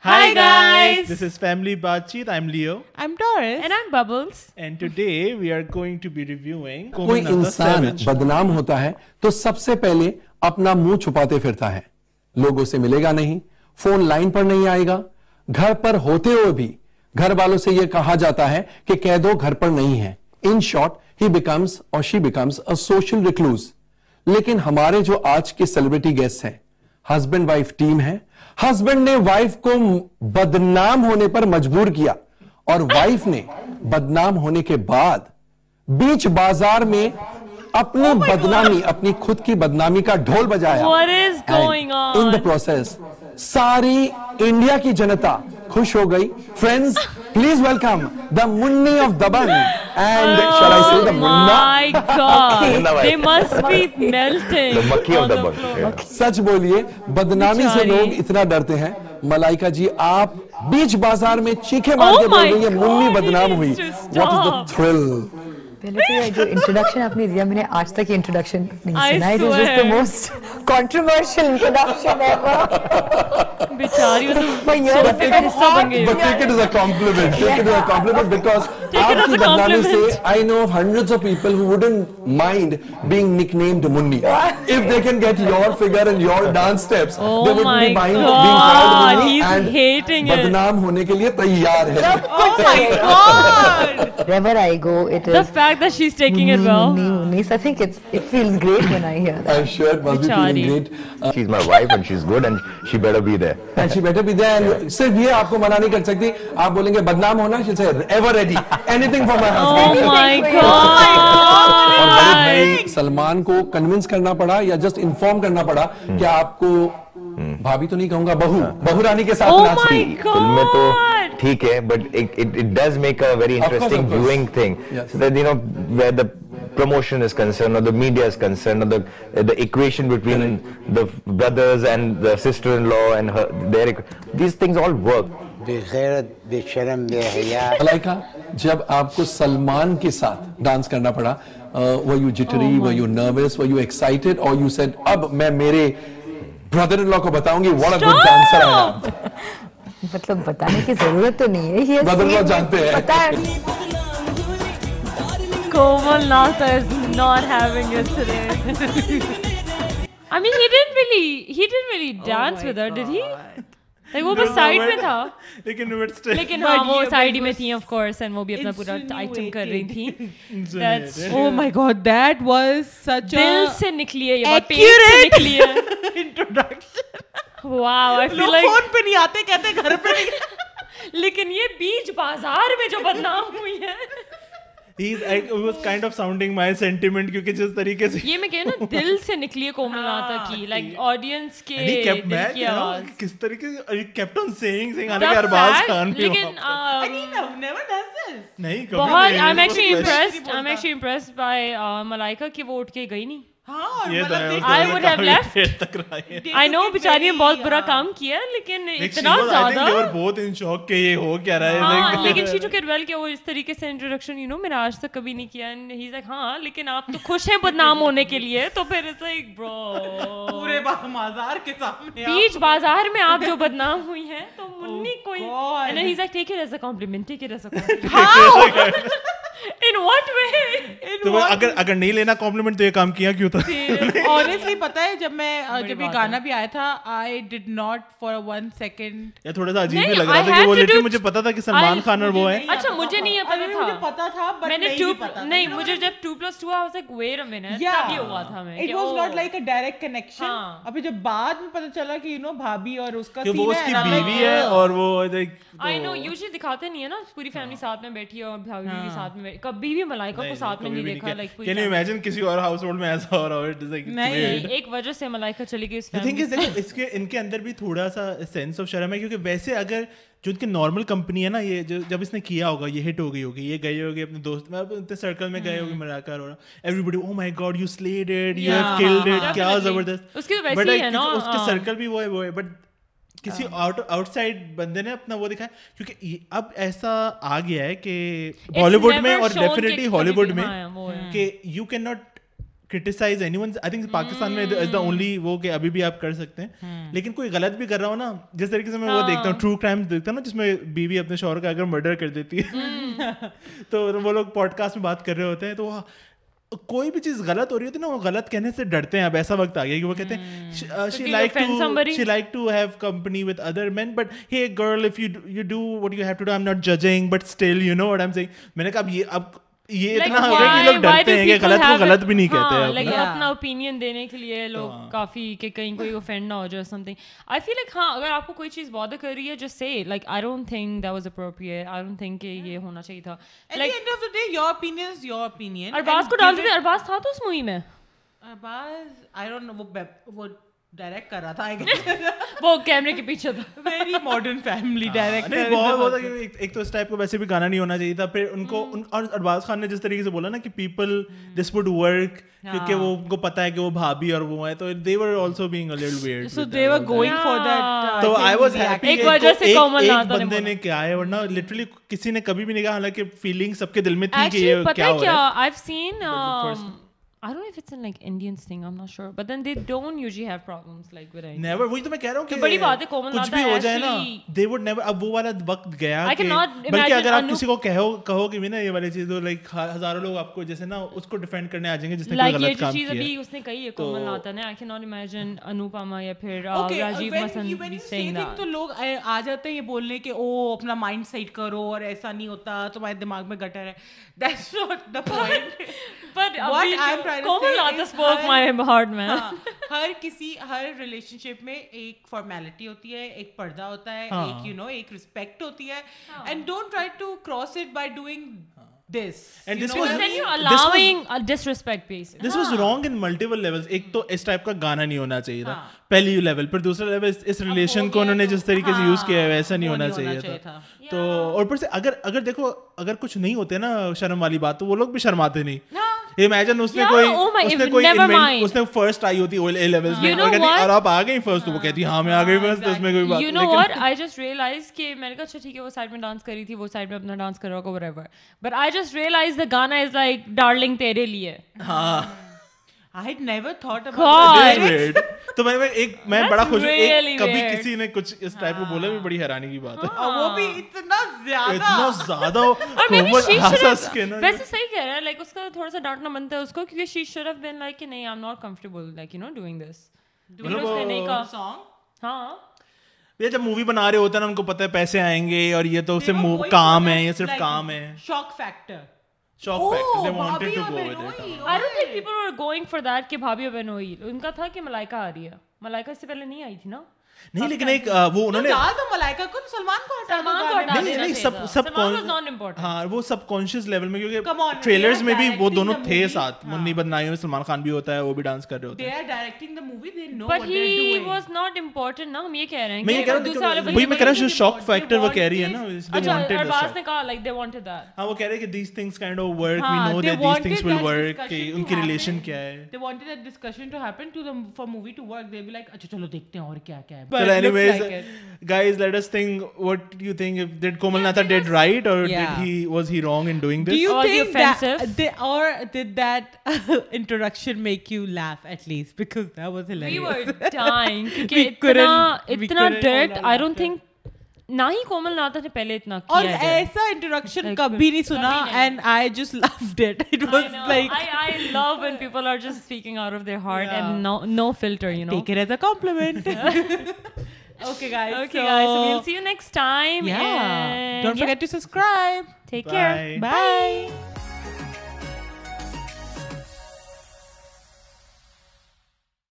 Hi, guys. This is Family Batchit. I'm Leo. I'm Doris. And I'm Bubbles. And today we are going to be reviewing کوئی Conan of the انسان Savage. بدنام ہوتا ہے تو سب سے پہلے اپنا منہ چھپاتے پھرتا ہے لوگوں سے ملے گا نہیں فون لائن پر نہیں آئے گا گھر پر ہوتے ہوئے بھی گھر والوں سے یہ کہا جاتا ہے کہ کہہ دو گھر پر نہیں ہے ان شارٹ ہی بیکمس اور she becomes a social recluse لیکن ہمارے جو آج کے سیلیبریٹی گیسٹ ہیں ہسبینڈ وائف ٹیم ہے ہسبینڈ نے وائف کو بدنام ہونے پر مجبور کیا اور وائف نے بدنام ہونے کے بعد بیچ بازار میں اپنی بدنامی اپنی خود کی بدنامی کا ڈھول Oh What بجایا is going ان on? دا پروسیس ساری انڈیا کی جنتا خوش ہو گئی friends please welcome the Munni of دبن and Oh my Munna god. bhai. They must be melting. The Makki of on the the Bunch, floor. yeah. سچ بولیے بدنامی سے لوگ اتنا ڈرتے ہیں ملائکہ جی آپ بیچ بازار میں چیخے مار کے Oh بول رہی ہیں منی بدنام ہوئی واٹ از دا تھرل پہلے تو یہ جو انٹروڈکشن آپ نے دیا میں نے آج تک یہ انٹروڈکشن I نہیں سنا it was swear. Just the most controversial introduction ever بیچاری وہ تو For years سوچ کے it is غصہ بن گئی But take it as a compliment. Take it as a compliment because Take it آپ as کی a بدنامی سے compliment. I know of hundreds of people who wouldn't mind being nicknamed Munni. If they can get your figure and your dance steps, they Oh would my be mind being called god. Munni He's and hating it. بدنام ہونے کے لیے تیار ہے Oh my god. Whoever I go it The is fact that she's taking it well. Mm-hmm. Nice I think it's it feels great when i hear that I'm sure it must be feeling Bichari. great. Uh, She's my wife and she's good and she better be there. and she better be there. And صرف یہ آپ کو منع نہیں کر سکتی آپ بولیں گے بدنام ہونا she'll say ever ready anything for my husband Oh my اور god. بھائی سلمان کو کنونس کرنا پڑا یا جسٹ انفارم کرنا پڑا Hmm. کہ آپ کو بھابھی تو نہیں کہوں گا بہو بہو رانی کے ساتھ Oh ناچ my رہی God! فلم میں تو ٹھیک ہے but it does make a very course, interesting of course. Viewing thing Yes. You know where the promotion is concerned or the media is concerned or the uh, the equation between the brothers and the sister-in-law and her their equ- these things all work بے غیرت بے شرم بے حیا ملائکہ جب آپ کو سلمان کے ساتھ ڈانس کرنا پڑا وہ یو Oh جٹری وہ یو نروس وہ یو ایکسائٹیڈ اور یو سیڈ اب میں میرے برادر ان لا کو بتاؤں گی واٹ اے گڈ ڈانسر ہے آپ مطلب بتانے کی ضرورت تو نہیں ہے یہ بدل کو جانتے ہیں۔ پتہ ہے Komal Nata is not having it today. I mean, he didn't really, he didn't really dance with Oh her, did he? Like وہ بس سائڈ میں تھا لیکن but still لیکن But ہاں وہ yeah, سائڈ but میں was تھیں آف کورس اینڈ وہ بھی اپنا پورا آئٹم کر رہی تھیں insinuated. That's- Oh my god, that was such دل a سے نکلی ہے یہ بات پیٹ سے Accurate. نکلی ہے introduction. واو آئی فیل لوگ لائک فون پہ نہیں آتے کہتے گھر پہ نہیں لیکن یہ بیچ بازار میں جو بدنام ہوئی ہے he's I it was kind of sounding my sentiment کیونکہ جس طریقے سے یہ میں کہہ نا دل سے نکلی ہے ہاں، کومل ناتا کی لائک آڈینس کے And he kept- دل میں کی کہہ رہا ہوں آواز کہ کس طریقے سے he kept on saying saying حالانکہ The ارباز fact- خان بھی لیکن وہاں- آم، never does this. نہیں کبھی بہت نہیں، آئی ایم اس کو actually question- impressed I am actually impressed by Malaika کہ وہ اٹھ کے گئی نہیں ہاں اور یہ تو ہے، مطلب اس دیکھ- نے I would have coffee left. دیر تک رہا ہے۔ آئی نو بیچاری نے بہت برا کام کیا لیکن Like, she اتنا was- I think they زیادہ were both in shock کہ یہ ہو کیا رہا ہے ہاں like- uh, لیکن شی ٹو کیٹ ویل کہ وہ اس طریقے سے انٹروڈکشن یو نو میں نے آج تک کبھی نہیں کیا اینڈ ہی لائک ہاں لیکن آپ تو خوش ہیں بدنام ہونے کے لیے تو پھر اٹس لائک برو پورے با- مزار کے سامنے آپ- بیچ بازار میں آپ جو بدنام ہوئی ہیں تو منی کوئی Oh God. And he is like take it as a compliment take it as a compliment in what way تو وہ اگر اگر نہیں لینا کمپلیمنٹ تو یہ کام کیا کیوں تھا Honestly, پتہ ہے جب میں آ، جب یہ بات ہے۔ گانا بھی آیا تھا I did not for one second یا تھوڑا سا عجیب نہیں، ہی لگ I رہا تھا کہ had وہ to لٹرلی do- مجھے پتا تھا کہ سلمان I- خان اور وہ ہے اچھا مجھے نہیں یہ پتا تھا مجھے پتا تھا but میں نے نہیں بھی ٹو پتا تھا۔ نہیں مجھے جب two plus two I like wait a minute Yeah. یہ ہوا تھا میں It was not like a direct connection. ہاں۔ اور پھر جب بعد میں پتا چلا کہ you know بھابی اور اس کا کہ scene وہ اس ہے کی and I'm like, بیوی ہے اور وہ like آئی نو تو- ہاں۔ یوزلی دکھاتے نہیں ہے نا پوری فیملی ساتھ میں بیٹھی ہے اور بھائی بھی ساتھ میں کبھی بھی ملائکہ کو ساتھ میں نہیں دیکھا لائک کین یو امیجن کسی اور ہاؤس ہولڈ میں ایسا ہو رہا ہو اٹ از لائک نہیں۔ ایک وجہ سے ملائکہ چلی گئی اس The thing فیملی is, دیکھو اس کے ان کے اندر بھی تھوڑا سا سینس آف شرم ہے کیونکہ ویسے اگر جو ان کی نارمل کمپنی ہے نا یہ جو- جب اس نے کیا ہوگا یہ ہٹ ہو گئی ہوگی یہ گئے ہوگے اپنے دوست میں اپنے سرکل میں گئے ہوگے مراکا اور everybody oh my god you slayed it you have killed it کیا definitely. زبردست اس کی تو But ویسے ہی I- ہے نا، کیونکہ اس کے ہاں۔ سرکل بھی وہ ہے وہ ہے بٹ کسی آؤٹ آؤٹ سائڈ بندے نے اپنا وہ دکھایا کیونکہ یہ- اب ایسا آ گیا ہے کہ بالی ووڈ میں never اور shown کہ ڈیفینیٹلی کبھی ہالی بھی- ووڈ میں ہاں، وہ ہے۔ کہ you can not criticise any one I think Pakistan میں از دا اونلی وہ کہ ابھی بھی آپ کر سکتے ہیں لیکن کوئی غلط بھی کر رہا ہو نا جس طریقے سے میں وہ دیکھتا ہوں ٹرو کرائم دیکھتا ہوں نا جس میں بیوی اپنے شوہر کا اگر مرڈر کر دیتی ہے تو وہ لوگ پوڈ کاسٹ میں بات کر رہے ہوتے ہیں تو وہ کوئی بھی چیز غلط ہو رہی ہوتی ہے نا وہ غلط کہنے سے ڈرتے ہیں اب ایسا وقت آ گیا کہ وہ کہتے ہیں she like she like to have company with other men but he girl if you you do what you have to do I am not judging but still you know what I am saying میں نے کہا اب یہ اب یہ اتنا ہو گیا کہ لوگ ڈرتے ہیں کہ غلط کو غلط بھی ہاں، نہیں کہتے ہاں۔ ہیں اپنا اوپینین دینے کے لیے لوگ کافی کہ کہیں کوئی اوفینڈ نہ ہو جائے something I feel like ہاں اگر آپ کو کوئی چیز بادر کر رہی ہے جس سے like I don't think that was appropriate I don't think کہ یہ ہونا چاہیے تھا At like the end of the day, your opinion is your opinion. Arbaaz And کو ڈال give دیتے it- ارباز تھا تو اس مووی میں ارباز, I don't know, وہ بیب- وہ direct کر رہا تھا, I guess. وہ کیمرے کے پیچھے تھا Very modern family director نہیں in the بہت بہت house. ایک تو اس ٹائپ کا ویسے بھی گانا نہیں ہونا چاہیے تھا پھر ان Hmm. کو اور ارباز خان نے جس طریقے سے بولا نا کہ پیپل دس وڈ ورک کیونکہ ہاں۔ وہ ان کو پتہ ہے کہ وہ بھابھی اور وہ ہیں تو they were also being little weird So they were going for that, uh, تو thing I was we happy ایک وجہ سے کومل ناتھا نے بندے بولا۔ نے کیا ہے ورنہ لٹرلی کسی نے کبھی بھی نہیں کہا حالانکہ فیلنگ سب کے دل میں تھی کہ Actually, یہ پتہ کیا ہے ہو کیا رہا ہے I've seen first- um, I don't know if it's in like Indians thing I'm not sure but then they don't usually have problems like with Indians never وہی تو میں کہہ رہا ہوں کہ بڑی بات ہے، کومل کچھ ناتھا بھی ہو جائے نا actually- دے وڈ نیور اب وہ والا وقت گیا I کہ- cannot بلکہ imagine اگر آپ Anup- کسی کو کہو کہو کہ بھی نا یہ والی چیز تو لائک ہزاروں لوگ آپ کو جیسے نا اس کو ڈیفینڈ کرنے آ جائیں گے جس نے کوئی لائک یہ غلط جو کام چیز کیا ہے۔ ابھی اس نے کہی ہے کومل ناتھا نے آئی کی ناٹ امیجن انوپما یا پھر Okay, uh, Rajiv when you- when مسن you say سینگ thing تو لوگ آ- آ جاتے ہیں یہ بولنے کہ او اپنا مائنڈ سیٹ کرو اور ایسا نہیں ہوتا تمہارے دماغ میں گٹر ہے That's not the point. But What I'm trying to Komal say ناتھا is spoke her- my heart man ہاں، ہر کسی ہر ریلیشن شپ میں ایک فارمیلٹی ہوتی ہے ایک پردہ ہوتا ہے ہاں۔ ایک یو نو ایک رسپیکٹ ہوتی ہے and don't try to cross it by doing this ہاں۔ And this was- then you're This was- allowing a disrespect basically this was wrong in multiple level ایک تو اس ٹائپ کا گانا نہیں ہونا چاہیے تھا پہلی لیول پر دوسرا لیول اس ریلیشن کو انہوں نے جس طریقے سے یوز کیا ہے ویسا ہاں، نہیں ہونا چاہیے تھا تو اور پر سے اگر اگر دیکھو اگر کچھ نہیں ہوتے نا شرم والی بات تو وہ لوگ بھی شرماتے نہیں امیجن اس نے کوئی اس نے کوئی اس نے فرسٹ آئی ہوتی اے لیول میں اور آپ آ گئی فرسٹ تو وہ کہتی ہاں میں آ گئی فرسٹ تو اس میں کوئی بات you know what I just realise کہ میں نے کہا اچھا ٹھیک ہے وہ سائڈ میں ڈانس کری تھی وہ سائڈ میں اپنا ڈانس کر رہا ہوگا whatever but I just realise the گانا از لائک ڈارلنگ تیرے لیے ہاں آئی نیور تھاٹ تو میں ایک میں بڑا خوش ہوں کبھی کسی نے کچھ اس ٹائپ کو بولا بھی بڑی حیرانی کی بات ہے وہ بھی اتنا اتنا زیادہ زیادہ اور maybe کومل she should احساس have- کے نا ویسے صحیح کہہ رہا ہے لائک اس کا تھوڑا سا ڈانٹنا بنتا ہے اس کو کیونکہ she should have been like کہ نہیں I'm not comfortable like you know doing this لیکن اس نے نہیں کہا سانگ ہاں یہ جب مووی بنا رہے ہوتے ہیں نا ان کو پتہ ہے پیسے آئیں گے اور یہ تو صرف کام ہے یہ صرف کام ہے shock factor shock factor they wanted to go with it I don't think people were going for that کہ بھابھی بنوئی ان کا تھا کہ ملائکہ آ رہی ہے ملائکہ اس سے پہلے نہیں آئی تھی نا نہیں لیکن ایک وہ انہوں نے ڈال دو ملائکہ کو سلمان کو ہٹا دو سلمان کو ہٹا نہیں نہیں سب سب سلمان was not important ہاں وہ سب کانشیس لیول میں کیونکہ ٹریلرز میں بھی وہ دونوں تھے ساتھ منی بدنائی میں سلمان خان بھی ہوتا ہے وہ بھی ڈانس کر رہے ہوتے they are directing the movie they know but he was not important نا ہم یہ کہہ رہے ہیں میں یہ کہہ رہا ہوں وہی میں کہہ رہا ہوں شاک فیکٹر وہ کہہ رہی ہے نا اچھا ارباز نے کہا لائک دے وانٹڈ دیٹ ہاں وہ کہہ رہے ہیں کہ these things kind of work we know that these things will work کہ ان کی ریلیشن کیا ہے They wanted that discussion to happen to them for movie to work. They'll be like, اچھا چلو دیکھتے ہیں اور کیا کیا ہے. But anyways, like it. guys, let us think. What do you think? If did Komal Natha did right or Yeah. did he was he wrong in doing this? Do Or you was he think that offensive? they, or did that introduction make you laugh at least because that was we hilarious. Were dying We کیونکہ اتنا couldn't- we اتنا couldn't dirt hold our I don't think نہ ہی کومل ناتھا نے پہلے اتنا اور کیا ہے ایسا انٹروڈکشن Like, کبھی نہیں سنا کبھی نہیں. And I just loved it it was like I, I love when people are just speaking out of their heart and no, no filter, you know. Take it as a compliment okay guys Okay, guys, so we'll see you next time. Yeah. and Don't yeah, forget to subscribe. Take care. Bye. Bye.